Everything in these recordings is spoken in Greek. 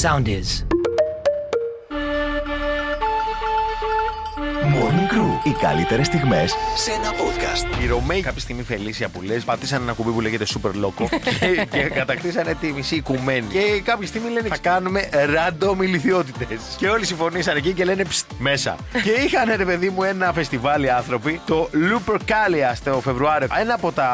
Sound is. Morning Crew. Οι καλύτερες στιγμές σε ένα podcast. Οι Ρωμαίοι κάποια στιγμή Φελίσια που λες, πατήσαν ένα κουμπί που λέγεται Super Loco και, και κατακτήσανε τη μισή οικουμένη. Και κάποια στιγμή λένε θα κάνουμε random ηλικιότητες. Και όλοι συμφωνήσαν εκεί και λένε Ψτ, μέσα. και είχαν ρε παιδί μου ένα φεστιβάλ οι άνθρωποι, το Lupercalia στο Φεβρουάριο. Ένα από τα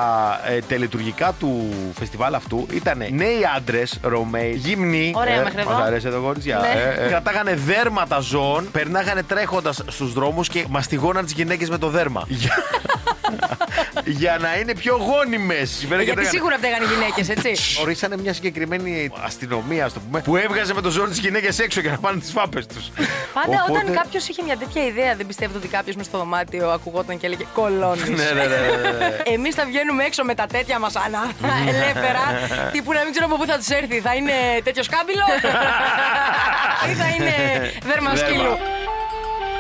ε, τελετουργικά του φεστιβάλ αυτού ήταν νέοι άντρες Ρωμαίοι, γυμνοί. Ε, Ωραία, μέχρι εδώ. μας αρέσει εδώ, κορίτσια. Ναι. Ε, ε. Κρατάγανε δέρματα ζώων, περνάγανε τρέχοντας στους δρόμους και μαστιγώναν τις γυναίκες με το δέρμα. Για- Για να είναι πιο γόνιμες. Γιατί σίγουρα φταίγαν οι γυναίκες, έτσι. Ορίσανε μια συγκεκριμένη αστυνομία, ας το πούμε, που έβγαζε με το ζόρι τις γυναίκες έξω για να πάνε τις φάπες τους. Πάντα όταν κάποιος είχε μια τέτοια ιδέα, δεν πιστεύετε ότι κάποιος μες στο δωμάτιο ακουγόταν και έλεγε Κολώνεις. Ναι, ναι, ναι, ναι, ναι. Εμείς θα βγαίνουμε έξω με τα τέτοια μας ανάθα ελεύθερα. Τι που να μην ξέρουμε πού θα τους έρθει. Θα είναι τέτοιο σκάμπιλο ή θα είναι δέρμα Δέρμα. σκύλου.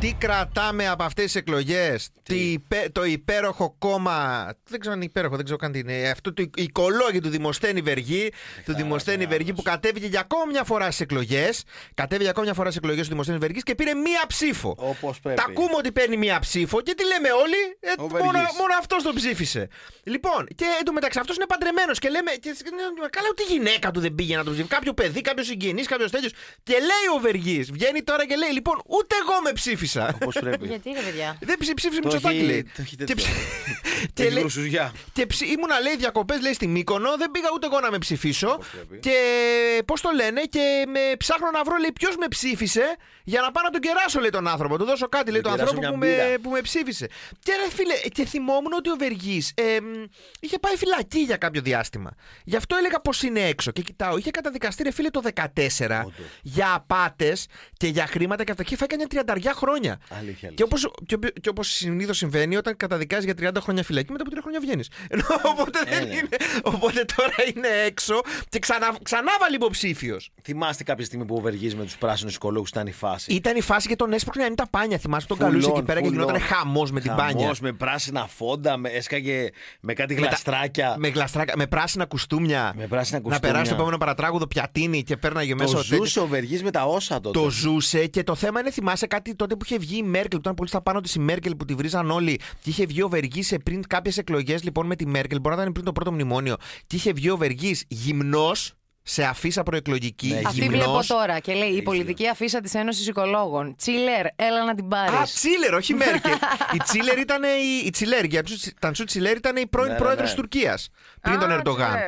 Τι κρατάμε από αυτές τις εκλογές, το υπέροχο κόμμα. Δεν ξέρω αν είναι υπέροχο, δεν ξέρω καν τι είναι. ε, Αυτό του οικολόγη του Δημοσθένη Βεργή. Του Δημοσθένη Βεργή που κατέβηκε για ακόμη μια φορά στις εκλογές. Κατέβηκε για ακόμη μια φορά στις εκλογές του Δημοσθένης Βεργής και πήρε μία ψήφο. Όπως πρέπει. Τα ακούμε ότι παίρνει μία ψήφο και τι λέμε όλοι. ε, Ο μόνο, Βεργής. μόνο αυτός τον ψήφισε. Λοιπόν, και εντωμεταξύ αυτός είναι παντρεμένος και λέμε. Και, σ- ναι, καλά, ούτε η γυναίκα του δεν πήγε να τον ψήφισε. Κάποιο παιδί, κάποιος συγγενής, κάποιος τέτοιος. Και λέει ο Βεργής, βγαίνει τώρα και λέει: Λοιπόν, ούτε εγώ με ψήφισα. Πώ πρέπει. Γιατί ρε παιδιά. Δεν ψή- ψήφισε Το Μητσοτάκη, έχει- λέει. το έχει Και τέτοιο. ψή- Τι Και λέει. γλωσσουζιά. Και ψή- ήμουνα λέει διακοπές, λέει στη Μύκονο, δεν πήγα ούτε εγώ να με ψηφίσω. πρέπει. Και πώς το λένε, και με ψάχνω να βρω, λέει, ποιος με ψήφισε για να πάω να τον κεράσω, λέει τον άνθρωπο. Του δώσω κάτι, λέει, τον κεράσω άνθρωπο μια που μπύρα. με, που με ψήφισε. Και ρε φίλε, και θυμόμουν ότι ο Βεργής είχε πάει φυλακή για κάποιο διάστημα. Γι' αυτό έλεγα πως είναι έξω. Και κοιτάω, είχε καταδικαστεί, ρε φίλε, το 14 για απάτες και για χρήματα και αυτά. Και φάει μια 30 χρόνια. Αλήθεια, Και όπως, και, οπο- και όπως συνήθως συμβαίνει, όταν καταδικάζεις για 30 χρόνια φυλακή, μετά από 3 χρόνια βγαίνεις. Ενώ, Ε, οπότε, δεν ναι. είναι, οπότε τώρα είναι έξω και ξανά, ξανά βάλει υποψήφιος. Θυμάστε κάποια στιγμή που ο Βεργή με τους πράσινους οικολόγους ήταν η φάση. Ήταν η φάση και τον έσπρωχνε να είναι τα πάνια. Θυμάσαι τον καλούσε εκεί πέρα και γινόταν χαμός με την πάνια. Χαμός, με πράσινα φόντα, με, έσκαγε με κάτι τα- γλαστράκια. Με, γλαστράκα, με πράσινα κουστούμια. Με πράσινα Να κουστούμια. περάσει το επόμενο παρατράγουδο πιατίνι και πέρναγε μέσα Το ο τέτοιος. ζούσε ο Βεργή με τα όσα τότε. Το ζούσε και το θέμα είναι, θυμάσαι κάτι τότε που είχε βγει η Μέρκελ, που ήταν πολύ στα πάνω της η Μέρκελ που τη βρίζαν όλοι. Και είχε βγει ο Βεργής σε πριν κάποιες εκλογές λοιπόν με τη Μέρκελ, μπορεί να ήταν πριν το πρώτο μνημόνιο. Και είχε βγει ο Βεργής γυμνός σε αφίσα προεκλογική. Ναι, Αυτή γυμνός. βλέπω τώρα και λέει η πολιτική αφίσα της Ένωσης Οικολόγων. Τσίλερ, έλα να την πάρεις. Α, Τσίλερ, όχι Μέρκελ. η Τσίλερ ήταν η, η Τσιλέρ, για τους- Τανσού Τσιλέρ ήταν η πρώην Ναι, ναι, πρόεδρος ναι. τη Τουρκίας. Πριν τον Ερντογάν. ναι.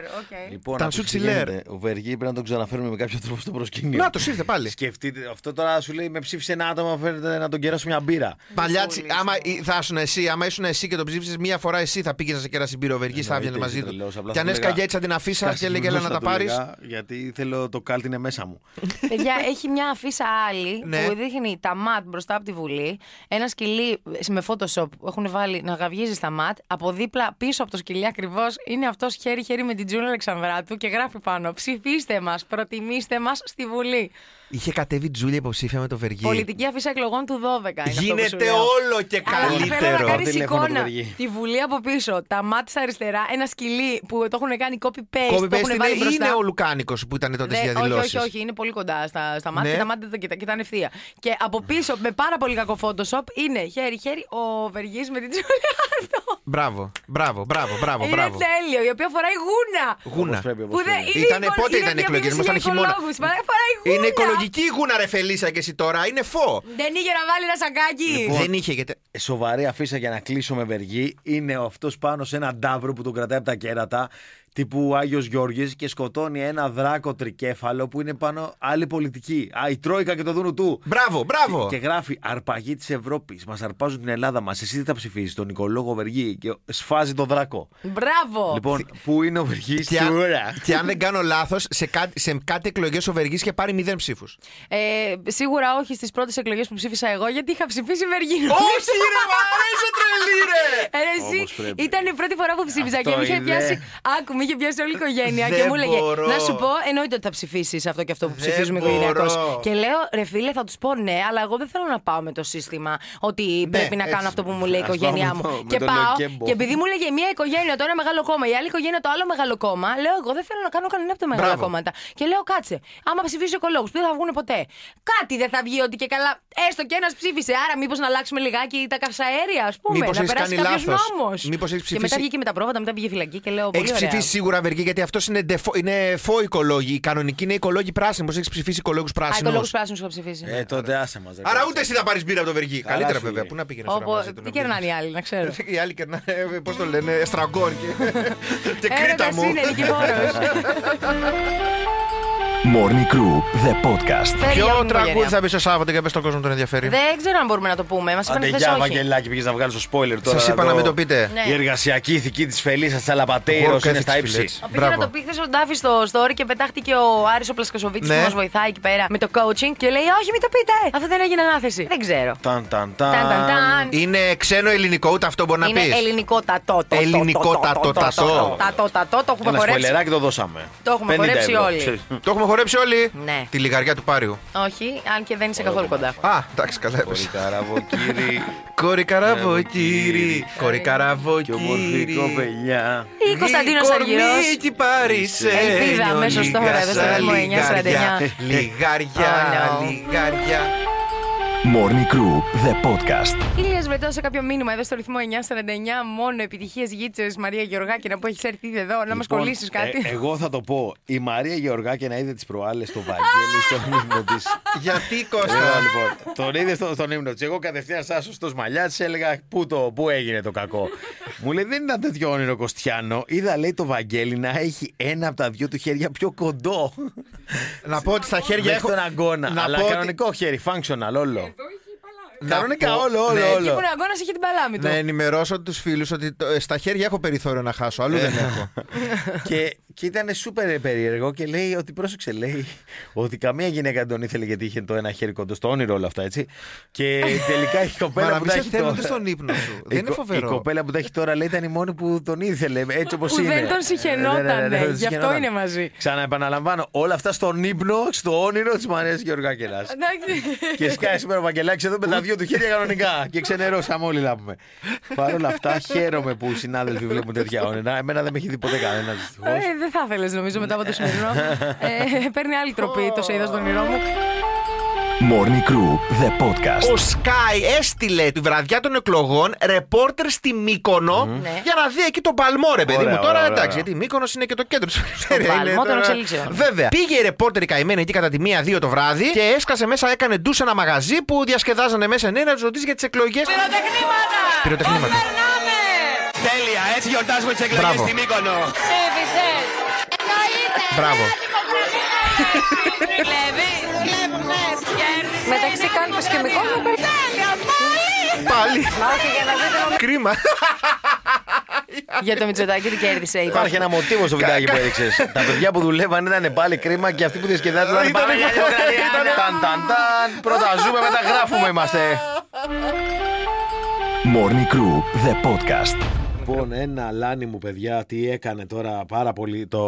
Λοιπόν, Ήταν άκουσε σου τι τσιλέρ. γίνεται. Ο Βεργή πρέπει να τον ξαναφέρουμε με κάποιο τρόπο στο προσκήνιο. Να, τους ήρθε πάλι. Σκεφτείτε, αυτό τώρα σου λέει με ψήφισε ένα άτομο, φέρετε να τον κεράσω μια μπύρα. Παλιά, τσι- άμα ή- θα ήσουν εσύ, άμα ήσουν εσύ και τον ψήφισες μία φορά εσύ, θα πήγε να σε κεράσει μπύρο, ο Βεργή θα Εννοείται, έβγαινε μαζί είσαι του. τρελός, απλά Και θα αν του έσκαγε λέγα, έτσι αντιν αφίσα «Σκάσε και έλεγε τη έλα γλώσσα», να τα του πάρεις. λέγα, Γιατί θέλω το κάλτ είναι μέσα μου. Παιδιά, έχει μια αφίσα άλλη Ναι. που δείχνει τα ματ μπροστά από τη Βουλή. Ένα σκυλί ε, με Photoshop που έχουν βάλει να γαυγίζει στα ματ. Από δίπλα, πίσω από το σκυλί ακριβώς, είναι αυτός χέρι-χέρι με την Τζούλα Αλεξανδράτου και γράφει πάνω. Ψηφίστε μας, προτιμήστε μας στη Βουλή. Είχε κατέβει Τζούλια υποψήφια με το Βεργή. Πολιτική αφίσα εκλογών του 12. είναι αυτό που σου Γίνεται λέω. Ε, όλο και Αλλά θέλω να καλύτερο. κάνει Τηλέφωνο του εικόνα. Βεργή. Τη βουλή από πίσω, τα μάτια στα αριστερά, ένα σκυλί που το έχουν κάνει copy-paste. Κόβι το Πέστη έχουν είναι, βάλει μπροστά. ε, ναι, είναι ο Λουκάνικος που ήταν τότε Δε- στι Ναι, όχι, διαδηλώσεις. όχι, όχι, είναι πολύ κοντά στα, στα μάτια Ναι. και τα μάτια δεν τα κοιτάνε ευθεία. Και από πίσω, με πάρα πολύ κακό Photoshop, είναι χέρι-χέρι ο Βεργής με την Τζούλια Άρτο. Μπράβο, μπράβο, μπράβο, μπράβο. Είναι μπράβο. τέλειο, η οποία φοράει γούνα. Όπως Γούνα. πρέπει, όπως Που δεν πρέπει. είναι Ήτανε- οικο- πότε είναι ήταν οι διαφήμιση εκλογές, για ήμασταν χειμώνα. οικολόγους, παρά- Φοράει γούνα. Ναι. Είναι οικολογική η γούνα, ρε Φελίσσα και εσύ τώρα. Είναι φω. Λοιπόν, Δεν είχε να βάλει ένα σακάκι. Δεν είχε γιατί. Σοβαρή αφίσα για να κλείσω με Βεργή είναι αυτός πάνω σε έναν τάβρο που τον κρατάει από τα κέρατα τύπου Άγιος Γιώργης και σκοτώνει ένα δράκο τρικέφαλο που είναι πάνω άλλη πολιτική. Α, η Τρόικα και το δούνου του. Μπράβο, μπράβο. Και γράφει Αρπαγή της Ευρώπης. Μας αρπάζουν την Ελλάδα μας. Εσύ τι θα ψηφίσεις, τον Νικολόγο Βεργή. Και σφάζει το δράκο. Μπράβο. Λοιπόν, πού είναι ο Βεργής Και αν, τώρα. και αν δεν κάνω λάθος, σε, κά, σε κάτι εκλογές ο Βεργής είχε πάρει μηδέν ψήφους. Ε, σίγουρα όχι στις πρώτες εκλογές που ψήφισα εγώ, γιατί είχα ψηφίσει Βεργίνο. Όχι, ρε, μα είσαι τρελή, ρε! Ε, ρε, Όμως Εσύ πρέπει. ήταν η πρώτη φορά που ψήφιζα Αυτό και μου είχε είναι. πιάσει. Άκου, με είχε πιάσει όλη η οικογένεια Δεν και μου έλεγε μπορώ. Να σου πω, εννοείται ότι θα ψηφίσεις αυτό και αυτό που Δεν ψηφίζουμε μπορώ. οικογενειακώ. Και λέω, ρε φίλε, θα τους πω ναι, αλλά εγώ δεν θέλω να πάω με το σύστημα ότι πρέπει να Ναι, έτσι. κάνω αυτό που μου λέει η Ας οικογένειά πάμε εδώ, μου. με Και τον πάω Λοκέμπο. και επειδή μου έλεγε μία οικογένεια το ένα μεγάλο κόμμα, η άλλη οικογένεια το άλλο μεγάλο κόμμα, λέω εγώ δεν θέλω να κάνω κανένα από τα μεγάλα Μπράβο. κόμματα. Και λέω, κάτσε, άμα ψηφίσω οικολόγου που δεν θα βγουν ποτέ, κάτι δεν θα βγει ότι και καλά, έστω και ένας ψήφισε. Άρα, μήπως να αλλάξουμε λιγάκι τα καυσαέρια, ας πούμε. Μήπως να έχεις περάσει κάνει κάποιος λάθος. νόμος. Μήπως έχεις Και μετά ψηφίσει- βγήκε με τα πρόβατα, μετά πήγε φυλακή και λέω. Έχει πολύ ωραία. ψηφίσει σίγουρα Βεργή, γιατί αυτός είναι, ντεφο- είναι φω οικολόγοι. Οι κανονικοί είναι οικολόγοι πράσινοι. Πώς έχεις ψηφίσει οικολόγους Α, πράσινους. οικολόγους πράσινους είχα ψηφίσει. Ε, τότε άσε μας. ρε, Άρα κάτσε. ούτε εσύ θα πάρεις μπύρα από το Βεργή. Καλά Καλύτερα σου βέβαια. λέει. Πού να πήγαινε τώρα μαζί Όπω. του. Τι κερνάνε οι άλλοι, να ξέρω. Οι άλλοι κερνάνε, πώς το λένε, στραγκόν και, και Έρωτα κρήτα μου. είναι δικηγόρο. Morning Crew, the podcast. Ποιο τραγούδι θα μπει στο Σάββατο για πες στον κόσμο τον ενδιαφέρει. Δεν ξέρω αν μπορούμε να το πούμε. Μας είπαν Άντε χθες γεια όχι. Βαγγελάκη πήγες να βγάλεις το spoiler τώρα Σας είπα εδώ. να μην το πείτε. Ναι. Η εργασιακή ηθική της Φελίσας Τσαλαπατέιρος Work είναι ethics, στα φίλε, ύψη έτσι. Πήγα να Μπράβο. το πει χθε ο Ντάφη στο story και πετάχτηκε ο Άρης ο Πλασκασοβίτης Ναι. που μας βοηθάει εκεί πέρα με το coaching και λέει: Όχι, μην το πείτε! Αυτό δεν έγινε ανάθεση. Δεν ξέρω. Ταν ταν Ταν, ταν, ταν ταν. Είναι ξένο ελληνικό, ούτε αυτό μπορεί να Είναι πεις. ελληνικό τατό. το, το, το, Ελληνικό το, το, τατό, το, το, τατό. το, Τατό, τατό, το έχουμε Ένα χορέψει. σποιλεράκι το δώσαμε. Το έχουμε 50 χορέψει ευρώ, όλοι. ξέρεις. Το έχουμε χορέψει όλοι. Ναι. Τη λιγαριά του Πάριου. Όχι, αν και δεν είσαι καθόλου κοντά. Α, εντάξει, καλά Πολύ έπεσε. καραβοκύρι Κορι καραβοκύρι, καραβοκύρι, κορι και ομορφικό παιδιά. Ή Κωνσταντίνος Αργυρό. Κορμίκι Παρίσι. Ελπίδα, Ε, αμέσως τώρα, εδώ στο δρόμο 9.49. Λιγαριά, Oh, no. λιγαριά. Morning Crew, the podcast. Ήλια μετά σε κάποιο μήνυμα εδώ στο ρυθμό 949. Μόνο επιτυχίες γίτσε Μαρία Γεωργάκη να που έχεις έρθει ήδη εδώ να μας Λοιπόν, κολλήσεις κάτι. ε, εγώ θα το πω. Η Μαρία Γεωργάκη να είδε τις προάλλες στο Βαγγέλη στον ύμνο της. Γιατί Κώστα. λοιπόν, τον είδε στο, στον ύμνο της. Εγώ κατευθείαν σαν σωστό μαλλιά της έλεγα πού, το, πού έγινε το κακό. Μου λέει δεν ήταν τέτοιο όνειρο Κωστιανό. Είδα λέει το Βαγγέλη να έχει ένα από τα δυο του χέρια πιο κοντό. Να πω ότι στα χέρια Δεν έχω. στον αγώνα. να αλλά πω ότι- κανονικό χέρι, functional όλο. να Κανονικά πω- όλο, όλο, ναι, Εκεί όλο. που είναι αγώνα Λοιπόν, είχε την παλάμη του. Να ενημερώσω τους φίλους ότι το- ε, στα χέρια έχω περιθώριο να χάσω, αλλού δεν έχω. και, και ήταν σούπερ περίεργο και λέει ότι πρόσεξε, λέει ότι καμία γυναίκα δεν τον ήθελε γιατί είχε το ένα χέρι κοντό στο όνειρο όλα αυτά, έτσι. Και τελικά η Μα κοπέλα να που μην τα σε έχει θέλουν τώρα. στον ύπνο σου. Η Δεν είναι κο- Η φοβερό. κοπέλα που τα έχει τώρα λέει ήταν η μόνη που τον ήθελε, έτσι όπως Που είναι. δεν τον συχαινότανε, Ε, ναι, ναι, ναι, δεν τον γι' αυτό συχαινόταν. είναι μαζί. Ξαναεπαναλαμβάνω, όλα αυτά στον ύπνο, στο όνειρο της Μαρίας Γεωργάκελας. Ναι. Εντάξει. Και σκάει σήμερα ο Βαγγελάκης εδώ με τα δυο του χέρια κανονικά. Και ξενερώσαμε όλοι λάμπουμε. Παρ' όλα αυτά, χαίρομαι που οι συνάδελφοι βλέπουν τέτοια όνειρα. Εμένα δεν με έχει δει ποτέ κανένας δυστυχώς. Ε, δεν θα ήθελε νομίζω μετά από το σημερινό. ε, παίρνει άλλη τροπή το σε είδα στον ήρω μου. Morning Crew, the podcast. Ο Sky έστειλε τη βραδιά των εκλογών ρεπόρτερ στη Μύκονο Ναι. για να δει εκεί τον Παλμό, ρε παιδί Ωραία, μου. Τώρα ωραία, εντάξει, ωραία. γιατί η Μύκονος είναι και το κέντρο της Παλμό των εξελίξεων. Βέβαια. Πήγε η ρεπόρτερ η καημένη εκεί κατά τη 1-2 το βράδυ και έσκασε μέσα, έκανε ντους ένα μαγαζί που διασκεδάζανε μέσα νέα να τους ρωτήσει για τις εκλογές. Πυροτεχνήματα! Πυροτεχνήματα. Πώς περνάμε! Τέλεια, έτσι γιορτάζουμε τις εκλογές Μπράβο. στη Μύκονο. Ψήφισες! Εννοείται! Μπράβο. Νέα δημοκρατία! Κλέβεις! Κλέβεις! Κέρδισες! Μεταξύ Νέα κάλπας και Δημοκρατία. Μικόνου, παιδιά. Τέλεια! Πάλι! Πάλι. για να δείτε Κρίμα. Για το Μητσοτάκι τι κέρδισε. είπα. Υπάρχει ένα μοτίβο στο βιντεάκι που Κα- έδειξες. Τα παιδιά που δουλεύαν ήταν πάλι κρίμα και αυτοί που διασκεδάζαν ήταν Ήταν πάλι. φοβερό. Ήταν- Ταν, ταν, ταν. Πρώτα ζούμε, μετά γράφουμε είμαστε. Morning Crew, the podcast. Λοιπόν, ένα λάνι μου, παιδιά, τι έκανε τώρα πάρα πολύ το...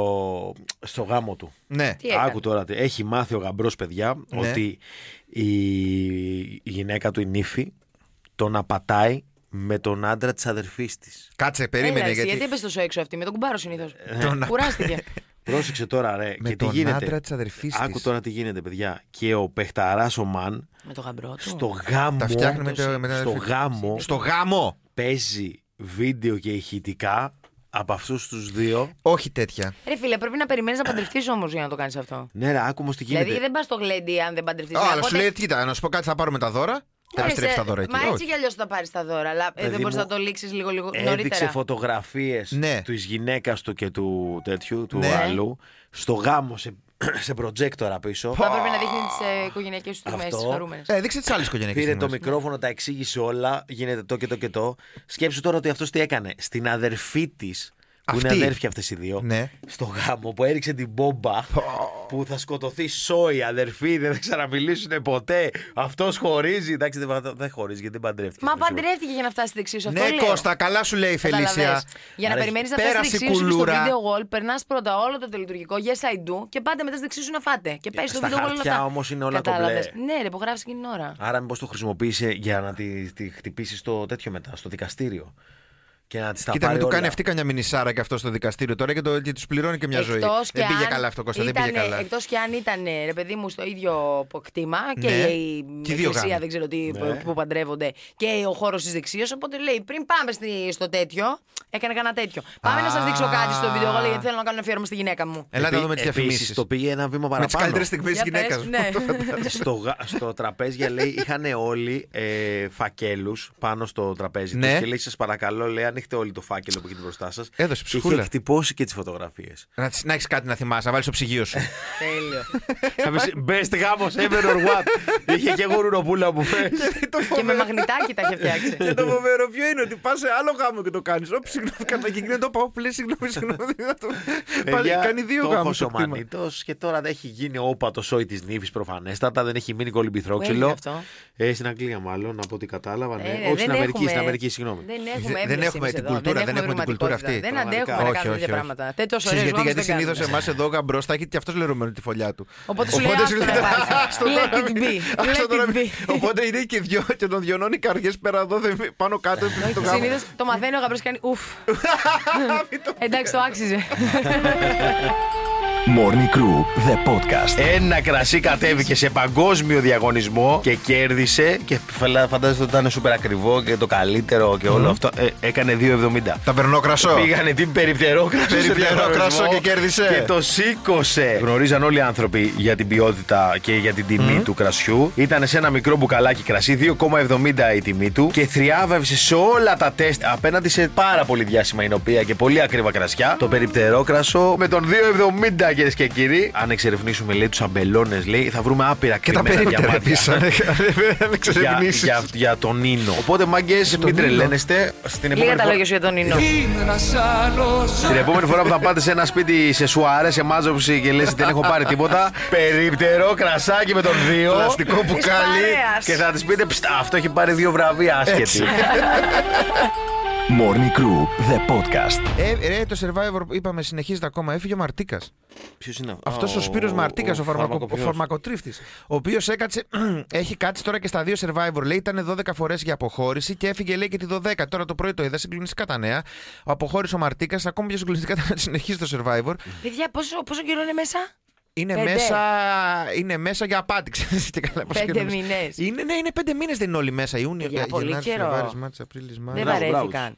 στο γάμο του. Ναι. Τι έκανε? Άκου τώρα, τι- έχει μάθει ο γαμπρός παιδιά Ναι. ότι η... η γυναίκα του η νύφη τον απατάει με τον άντρα της αδερφής της. Κάτσε, Έλα, περίμενε εσύ, γιατί γιατί. έπεσε τόσο έξω αυτή, με τον κουμπάρο συνήθως. Τον- Κουράστηκε. Πρόσεξε τώρα ρε. Με και τον τι γίνεται. άντρα της αδερφής της. Άκου τώρα τι γίνεται παιδιά. Και ο παιχταράς ο Μαν με το γαμπρό του. στο γάμο, Τα φτιάχνει με το- με την στο αδερφή. γάμο Στο γάμο. παίζει βίντεο και ηχητικά από αυτούς τους δύο. Όχι τέτοια. Ρε φίλε, πρέπει να περιμένεις να παντρευτείς όμως για να το κάνεις αυτό. Ναι ρε, άκου όμως τι γίνεται. Δηλαδή δεν πας στο γλέντι αν δεν παντρευτείς. Α, Αλλά σου λέει, κοίτα, να σου πω κάτι, θα πάρουμε τα δώρα. Θα επιστρέψει τα δώρα εκεί. Μα έτσι Όχι. κι αλλιώς θα πάρεις τα δώρα. Αλλά ε, Παιδί δεν μπορείς μου, να το λήξεις λίγο, λίγο Έδειξε νωρίτερα. φωτογραφίες Ναι. τη γυναίκας του και του τέτοιου, του Ναι. άλλου, στο γάμο σε, σε προτζέκτορα πίσω. Θα έπρεπε να δείχνει τις ε, οικογενειακές του στιγμέ, Αυτό. τι χαρούμενες. Ε, Δείξε τις άλλες οικογενειακές. Πήρε το μικρόφωνο, τα εξήγησε όλα. Γίνεται το και το και το. Σκέψου τώρα ότι αυτός τι έκανε. Στην αδερφή της Που είναι Αυτή. αδέρφια αυτές οι δύο. Ναι. Στο γάμο που έριξε την μπόμπα που θα σκοτωθεί σόι, αδερφή, δεν θα ξαναμιλήσουν ποτέ. Αυτός χωρίζει. Εντάξει, δεν, βα- δεν χωρίζει γιατί δεν παντρεύτηκε. Μα Είμαι σίγουρος. παντρεύτηκε για να φτάσει στην εξίσου. αυτό Ναι, λέω. Κώστα, καλά σου λέει η Καταλαβες. Φελίσια. Για να Άρα, περιμένεις να φτάσει στην πέρασε η εξίσου και στο κουλούρα. video wall, περνάς πρώτα όλο το λειτουργικό yes I do και πάντα μετά στην εξίσου να φάτε. Και παίζεις το Στα video wall όλα χαρτιά αυτά. όμως είναι όλα Κατάλαβες. κομπλέ. Ναι, ρε, που γράφει εκείνη την ώρα. Άρα, μήπως το χρησιμοποίησε για να τη, τη χτυπήσεις στο τέτοιο μετά, στο δικαστήριο. Και να τη τα Κοίτα, πάρει μην του όλα. κάνει αυτή καμιά μινισάρα και αυτό στο δικαστήριο τώρα και, το, και τους πληρώνει και μια ζωή. Εκτός Δεν και πήγε αν καλά αυτό, Κώστα. Δεν πήγε ήτανε- καλά. Εκτός και αν ήταν, ρε παιδί μου, στο ίδιο κτήμα και Ναι. η Και οι δύο εκκλησία, γάμοι. δεν ξέρω τι, που παντρεύονται, και ο χώρος της δεξίας, οπότε λέει πριν πάμε στη- στο τέτοιο, έκανε κανένα τέτοιο. Πάμε να σας δείξω κάτι στο βίντεο, εγώ λέει, γιατί θέλω να κάνω ένα αφιέρωμα στη γυναίκα μου. Ελάτε να δούμε τις Επίσης, διαφημίσεις. Το πήγε ένα βήμα Με τις παραπάνω. καλύτερες στιγμές τη Για πες, γυναίκα. ναι. στο, γα- στο τραπέζι λέει είχαν όλοι ε, φακέλους πάνω στο τραπέζι Ναι. τους και λέει: Σας παρακαλώ, λέει, ανοίχτε όλοι το φάκελο που έχετε μπροστά σας. Έδωσε ψυχούλα. Είχε εκτυπώσει και τις φωτογραφίες. Να, να έχεις κάτι να θυμάσαι, να βάλεις το ψυγείο σου. Τέλειο. Ε, Best γάμος ever or what. Είχε και εγώ ρουνοπούλα που θε. και με μαγνητάκι τα είχε φτιάξει. Και το φοβερό ποιο είναι ότι πας σε άλλο γάμο και το κάνεις. Όπου συγγνώμη, κατά κοινή το πάω. Που λε, συγγνώμη, συγγνώμη. να το- Ε, Πάλι κάνει δύο Ε, το γάμους. έχω σωμανίτος και τώρα δεν έχει γίνει όπα το σόι της νύφης προφανέστατα. Δεν έχει μείνει κολυμπηθρόξυλο. έγινε αυτό? Ε, στην Αγγλία, μάλλον, από ό,τι κατάλαβα. ναι. Ε, Όχι δεν στην Αμερική, έχουμε- στην Αμερική, συγγνώμη. Δεν έχουμε, Δεν- έμπνευση δεν έχουμε εμείς την εδώ. κουλτούρα, δεν έχουμε την κουλτούρα ρηματικότητα. αυτή. Δεν αντέχουμε να κάνουμε τέτοια πράγματα. Τέτοιος ωραίο γιατί, γιατί συνήθω συνήθω εμάς εδώ ο γαμπρός θα έχει και αυτός λερωμένο τη φωλιά του. Οπότε σου λέει, άστο να υπάρχει. άστο Let τώρα it μην- be. άστο Let τώρα it μην- be. Οπότε είναι και δυο και τον διονώνει καρδιές πέρα εδώ, δεν- πάνω κάτω. το γάμο. Συνήθως το μαθαίνει ο γαμπρός και κάνει ουφ. Εντάξει, το άξιζε. Morning Crew, the podcast. Ένα κρασί κατέβηκε σε παγκόσμιο διαγωνισμό και κέρδισε. Και φελά- φαντάζεστε ότι ήταν σούπερ ακριβό και το καλύτερο και όλο αυτό. Ε, έκανε 2,70. Ταβερνό κρασό. Πήγανε την περιπτερό κρασό, σε Περιπτερό διαγωνισμό κρασό και κέρδισε. Και το σήκωσε. Γνωρίζαν όλοι οι άνθρωποι για την ποιότητα και για την τιμή του κρασιού. Ήταν σε ένα μικρό μπουκαλάκι κρασί, 2,70 η τιμή του. Και θριάβευσε σε όλα τα τεστ απέναντι σε πάρα πολύ διάσημα εινοπία και πολύ ακριβά κρασιά. Το περιπτερό κρασό με τον 2,70 κυρίες και κύριοι. Αν εξερευνήσουμε λέει τους αμπελώνες, λέει, θα βρούμε άπειρα Και τα κρυμμένα περίμετρα διαμάντια. επίσης. Αν Για, ξερευνήσει. για, για τον Νίνο. Οπότε, μάγκες, μην τρελαίνεστε. Στην Λίγα επόμενη τα φορά- λόγια σου για τον Ινό. την επόμενη φορά που θα πάτε σε ένα σπίτι σε σουάρες, σε μάζοψη και λες δεν έχω πάρει τίποτα, περίπτερο κρασάκι με τον δύο. Πλαστικό μπουκάλι. παρέας. Και θα τη πείτε, «Ψτ, αυτό έχει πάρει δύο βραβεία άσχετη. Morning Crew, the podcast. Ε, ρε, το survivor είπαμε συνεχίζεται ακόμα. Έφυγε ο Μαρτίκας. Ποιος είναι Αυτό ο Σπύρος Μαρτίκας, ο, φαρμακο... ο φαρμακοτρίφτης. Ο οποίος έκατσε. έχει κάτσει τώρα και στα δύο survivor. Λέει ήταν 12 φορές για αποχώρηση και έφυγε λέει και τη 12. Τώρα το πρωί το είδα συγκλονιστικά τα νέα. Ο αποχώρησε ο Μαρτίκας. Ακόμα πιο συγκλονιστικά ήταν ότι συνεχίζει το survivor. Παιδιά, πόσο, πόσο καιρό είναι μέσα? Είναι Πέντε. μέσα, είναι μέσα για απάτη. Ξέρεις τι καλά, πώς Πέντε καιρνόμαστε. μήνες. Είναι, ναι, είναι πέντε μήνες δεν είναι όλοι μέσα. Ιούνιο, ε, Παιδιά, πολύ Γενάρης, καιρό. Φεβάρης, Μάρτιος, Απρίλης, Μάιος. Δεν βαρέθηκαν.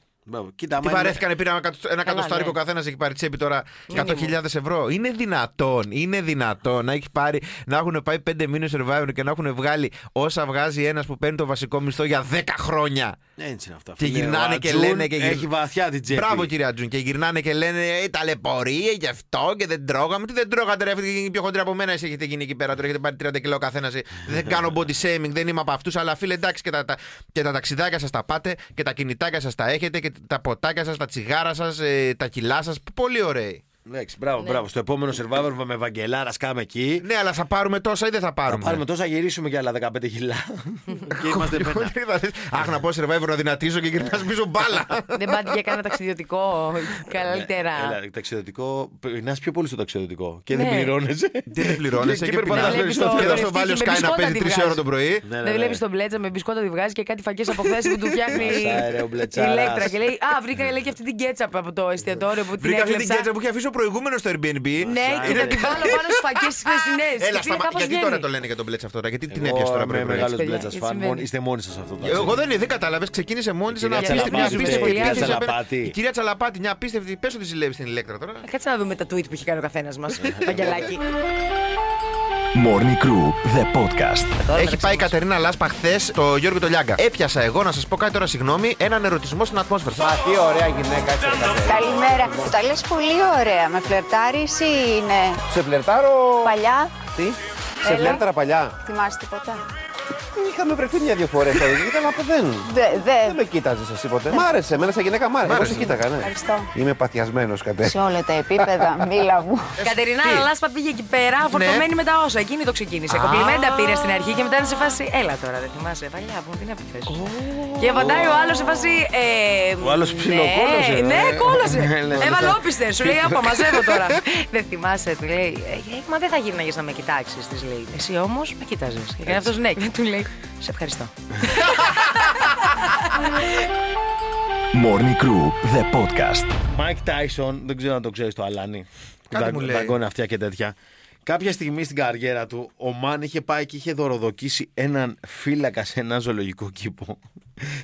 Κοίτα, Τι άμα είναι- βαρέθηκαν, πήραν ένα κατω- ένα κατοστάρικο ναι. καθένας έχει πάρει τσέπη τώρα 100.000 ευρώ. Είναι δυνατόν, είναι δυνατόν να, έχει πάρει, να έχουν πάει 5 μήνες survivor και να έχουν βγάλει όσα βγάζει ένας που παίρνει το βασικό μισθό για 10 χρόνια. Ε, Έτσι είναι αυτά. Και φίλε. γυρνάνε Ο και Ατζούν λένε και γυρ- Έχει βαθιά την τσέπη. Μπράβο κύριε Ατζούν. Και γυρνάνε και λένε ε, ταλαιπωρία γι' αυτό και δεν τρώγαμε. Τι δεν τρώγατε, ρε, έχετε γίνει πιο χοντρή από μένα. Εσείς έχετε γίνει εκεί πέρα τώρα, έχετε πάρει 30 κιλό καθένα. δεν κάνω body shaming, δεν είμαι από αυτούς. Αλλά φίλε, εντάξει και τα, τα, και τα ταξιδάκια σας τα πάτε και τα κινητάκια σας τα έχετε και τα ποτάκια σας, τα τσιγάρα σας, τα κιλά σας. Πολύ ωραίοι. Εντάξει, μπράβο, μπράβο. Στο επόμενο survivor με Βαγγελάρα σκάμε εκεί. Ναι, αλλά θα πάρουμε τόσα ή δεν θα Θα πάρουμε. πάρουμε τόσα, γυρίσουμε και άλλα 15 κιλά. Και είμαστε Πιο πέντε. χοντρή θα λες, Αχ, να πω survivor να δυνατίζω και γυρνάς πίσω μπάλα. Δεν πάτε για κανένα ταξιδιωτικό καλύτερα. Ναι, Έλα, ταξιδιωτικό. Περνά πιο πολύ στο ταξιδιωτικό. Και δεν Ναι. πληρώνεσαι. Τι δεν πληρώνεσαι Και και περπατάς περπατά Να βλέπεις το- περισσότερο. Και θα στο το βάλει ο στίχημα, Σκάι να μπισκότα παίζει τη 3 βγάζει. ώρα το πρωί. Ναι, ναι, Δεν ναι. βλέπεις τον μπλέτσα με μπισκότα τη βγάζει και κάτι φακές από χθες που του φτιάχνει Μασά, ρε, ο η μπλετσάρας. ηλέκτρα. Και λέει Α, βρήκα λέει, και αυτή την κέτσαπ από το εστιατόριο που την Βρήκα αυτή την έκλεψα. κέτσα που είχε αφήσει ο προηγούμενος στο Airbnb. Ναι, και θα την βάλω πάνω στου φακέ τη χθεσινές. Έλα, σταμα... γιατί τώρα το λένε για τον μπλέτσα αυτό, τώρα, γιατί την Εγώ έπιασε τώρα είμαι πριν. μεγάλος παιδιά, μπλέτσας έτσι φαν. συμβαίνει. Μόνοι- Είστε μόνοι σας αυτό. το Εγώ ταξίδι. δεν δεν κατάλαβες, ξεκίνησε μόνη τη κυρία ένα απίστευτο. μια Τσαλαπάτη, απίστευτη- παιδιά, απίστευτη- Τσαλαπάτη. Η κυρία Τσαλαπάτη, μια απίστευτη. Πες ότι ζηλεύεις στην ηλέκτρα τώρα. Κάτσε να δούμε τα tweet που έχει κάνει ο καθένας μας. Παγκελάκι. Morning Crew, the podcast. Έχει πάει η Κατερίνα Λάσπα χθες το Γιώργο Τολιάγκα. Έπιασα εγώ, να σας πω κάτι τώρα, συγγνώμη, έναν ερωτισμό στην ατμόσφαιρα. Τι ωραία γυναίκα έτσι Καλημέρα. Τα λες πολύ ωραία. Με φλερτάρεις ή είναι Σε φλερτάρω. παλιά. Τι. Σε Έλα. φλέρταρα παλιά. Θυμάσαι τίποτα. Είχαμε βρεθεί μια-δύο φορέ εδώ και ήταν από δεν. Δε, Δεν δε. με κοίταζες εσύ ποτέ. Μ' άρεσε, εμένα σαν γυναίκα μ' άρεσε. Εγώ σε κοίταγα, ναι. Ευχαριστώ. Είμαι παθιασμένος κατέ. Σε όλα τα επίπεδα, μίλα μου. Κατερινά Λάσπα πήγε εκεί πέρα, φορτωμένη με τα όσα. Εκείνη το ξεκίνησε. Κομπλιμέντα πήρε στην αρχή και μετά είναι σε φάση. Έλα τώρα, δεν θυμάσαι. Παλιά που την έπιθε. Και απαντάει ο άλλος σε φάση. Ε, Ο άλλος ναι, ψιλοκόλωσε, ε. Ναι, κόλωσε. Ε, λέμε, Έβαλε θα- όπιστε. Σου λέει, Άπα, μαζεύω τώρα. δεν θυμάσαι, του λέει. «Ε, Μα δεν θα γύρναγε να με κοιτάξεις, της λέει. Εσύ όμως με κοίταζες. Και αυτός ναι, και του λέει. Σε ευχαριστώ. Morning Crew, the podcast. Μάικ Τάισον, δεν ξέρω αν το ξέρεις το Αλάνι. Κάτι Δα- μου λέει. Δαγκώνει αυτιά και τέτοια. Κάποια στιγμή στην καριέρα του, ο Μάν είχε πάει και είχε δωροδοκίσει έναν φύλακα σε ένα ζωολογικό κήπο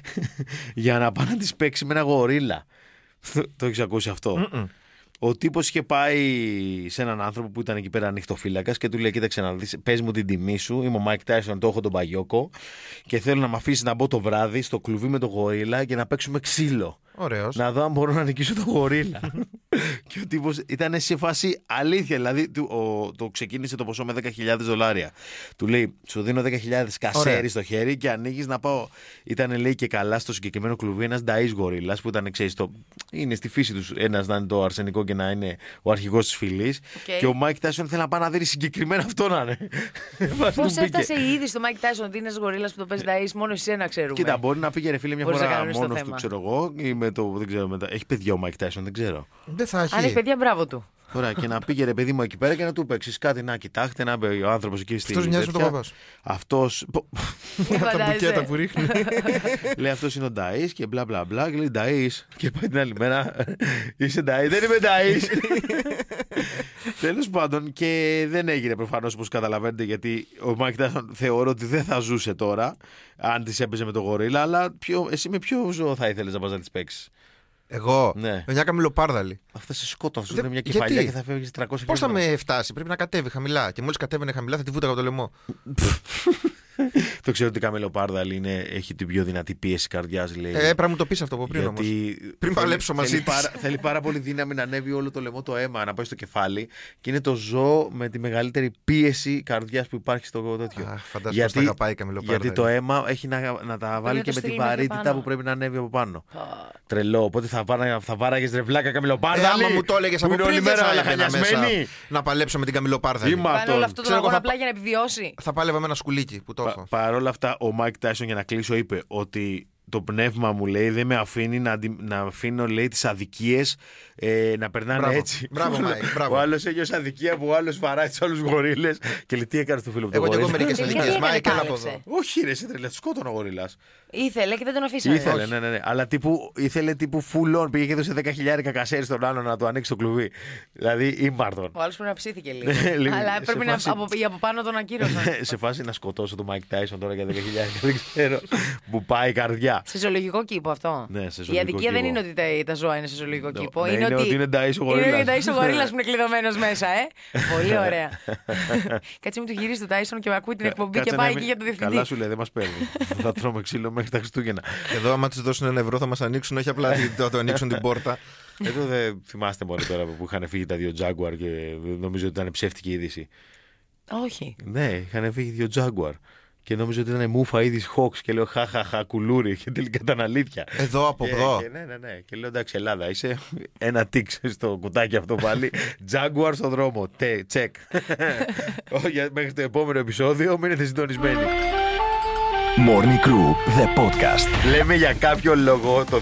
για να πάει να της παίξει με ένα γορίλα. το έχεις ακούσει αυτό. Ο τύπος είχε πάει σε έναν άνθρωπο που ήταν εκεί πέρα ανοιχτοφύλακα και του λέει: Κοίταξε να δεις, πες μου την τιμή σου. Είμαι ο Μάικ Τάισον, το έχω τον Παγιόκο και θέλω να με αφήσεις να μπω το βράδυ στο κλουβί με τον γορίλα και να παίξουμε ξύλο. Ωραίος. Να δω αν μπορώ να νικήσω το γορίλα. και ο τύπος ήταν σε φάση αλήθεια. Δηλαδή του- ο- το ξεκίνησε το ποσό με 10.000 δολάρια. Του λέει: Σου δίνω 10.000 κασέρι Ωραία. στο χέρι και ανοίγεις να πάω. Ήταν λέει και καλά στο συγκεκριμένο κλουβί ένας Νταή γορίλα που ήταν, ξέρεις, το... είναι στη φύση τους ένας να είναι το αρσενικό και να είναι ο αρχηγός της φυλής. Οκ. Και ο Μάικ Τάσον θέλει να πάει να δει συγκεκριμένα αυτό να είναι. Βάζει Πώ του μπήκε. έφτασε η είδη στο Μάικ Τάισον ότι είναι ένα γορίλα που το παίζει Νταΐ, μόνο εσύ να ξέρουμε. Κοίτα, μπορεί να πήγαινε φίλε μια Μπορείς να φορά κανονίσεις το μόνος του, θέμα. ξέρω εγώ, ή με το. Δεν ξέρω, μετά. Έχει παιδιά ο Μάικ Τάισον, δεν ξέρω. Δεν θα Αν έχει έχει. παιδιά, μπράβο του. Τώρα και να πήγε ρε παιδί μου εκεί πέρα και να του παίξει κάτι να κοιτάξτε. Να μπει ο άνθρωπος εκεί στην. Αυτός μοιάζει με τον Παπάς. Αυτός. Δεν Τα μπουκέτα φαντάζεσαι. που ρίχνει. λέει αυτός είναι ο Νταή και μπλα μπλα μπλα. Και λέει Νταή. Και πάει την άλλη μέρα. Είσαι Νταή. Δεν είμαι Νταή. Τέλος πάντων και δεν έγινε προφανώς όπως καταλαβαίνετε γιατί ο Μάικ Τάσον θεωρώ ότι δεν θα ζούσε τώρα αν της έπαιζε με τον γορίλα. Αλλά ποιο- εσύ με ποιο ζώο θα ήθελες να πας να της παίξεις. Εγώ. Ναι. Με μια καμιλοπάρδαλη. Αυτά σε σκότωναν. Σου Δεν- δίνουν μια γιατί? κεφαλιά και θα φεύγεις 300 Πώς θα χιλιόμετρα. με φτάσει, πρέπει να κατέβει χαμηλά. Και μόλις κατέβαινε χαμηλά θα τη βούταγα από το λαιμό. Το ξέρω ότι η καμελοπάρδαλη είναι, έχει την πιο δυνατή πίεση καρδιάς, λέει. Ε, Έπρεπε να μου το πεις αυτό από πριν όμως. Πριν παλέψω μαζί θέλει της. πάρα, θέλει πάρα πολύ δύναμη να ανέβει όλο το λαιμό το αίμα, να πάει στο κεφάλι. Και είναι το ζώο με τη μεγαλύτερη πίεση καρδιάς που υπάρχει στο τέτοιο. Αχ, φαντάζομαι πως τα αγαπάει η καμελοπάρδαλη. Γιατί το αίμα έχει να, να τα βάλει να και με τη το στείλει μέχρι βαρύτητα πάνω. που πρέπει να ανέβει από πάνω. Τρελό. Οπότε θα, βάρα, θα βάραγες ρευλάκα καμελοπάρδαλη. Ε, άμα μου το έλεγες που από είναι πριν, όλη δεν μέρα θα έμπαινα μέσα λαχανιασμένη. να παλέψω με την καμιλοπάρδαλη. Είμαι Κάνει όλο αυτό το Ξέρω εγώ αγώνα θα απλά για να επιβιώσει. Θα πάλευα με ένα σκουλίκι που το έχω. Παρ' όλα αυτά, ο Μάικ Τάισον για να κλείσω είπε ότι το πνεύμα μου λέει δεν με αφήνει να, αντι- να αφήνω λέει τις αδικίες ε, να περνάνε Μπράβο. έτσι. Μπράβο, Μάικ, μπράβο. Ο άλλος ένιωσε αδικία που ο άλλος βαράει τους άλλους γορίλες και λέει τι έκανες στο φίλο μου τον Εγώ και εγώ γορίλα. μερικές Τελικά αδικίε. τι έκανε, Μάικ, ε, έλα από πάλεψε. εδώ. Όχι ρε, εσύ τρελά, σκότωνα ο γορίλας. Ήθελε και δεν τον αφήσαμε. Ήθελε, ναι, ναι, ναι. Αλλά τύπου, ήθελε τύπου full on. Πήγε και έδωσε 10.000 κασέρι στον άλλον να του ανοίξει το κλουβί. Δηλαδή, ήμαρτον. Ο άλλος πρέπει να ψήθηκε λίγο. Ναι, Λίγο, σε Αλλά πρέπει να φάση- Ναι. από, οι από πάνω τον ακύρωσαν. Σε φάση να σκοτώσω τον Μάικ Τάισον τώρα για 10.000, δεν ξέρω. Μου πάει η καρδιά. σε ζωολογικό κήπο αυτό. Ναι, σε Η ζωολογικό αδικία δεν κήπο. είναι ότι τα, τα ζώα είναι σε ζωολογικό Ναι, κήπο. ναι, είναι ότι είναι Νταΐς ο γορίλας. Είναι Νταΐς ο γορίλας που είναι κλειδωμένος μέσα, ε. Πολύ ωραία. Κάτσε μου του γυρίσει του Τάισον και με ακούει την εκπομπή Ε, Κάτσε και να πάει μην- εκεί για το Καλά διευθυντή. σου λέει, δεν μας παίρνει. θα τρώμε ξύλο μέχρι τα Χριστούγεννα. Εδώ, άμα τους δώσουν ένα ευρώ, θα μας ανοίξουν, όχι απλά τη- θα το ανοίξουν την πόρτα. Εδώ δεν θυμάστε μόνο τώρα που είχαν φύγει τα δύο Jaguar και νομίζω ότι ήταν ψεύτικη είδηση. Όχι. Ναι, είχαν φύγει δύο Jaguar. Και νόμιζα ότι ήταν μούφα είδηση Hawks και λέω χαχαχα κουλούρι και τελικά ήταν αλήθεια. Εδώ, από Και- εδώ. και ναι, ναι, ναι. Και λέω εντάξει, Ελλάδα είσαι. Ένα τίξ στο κουτάκι αυτό πάλι. Jaguar στο δρόμο. Τε, τσεκ. Ω, για- Μέχρι το επόμενο επεισόδιο μείνετε συντονισμένοι. Morning Crew, the podcast. Λέμε για κάποιο λόγο το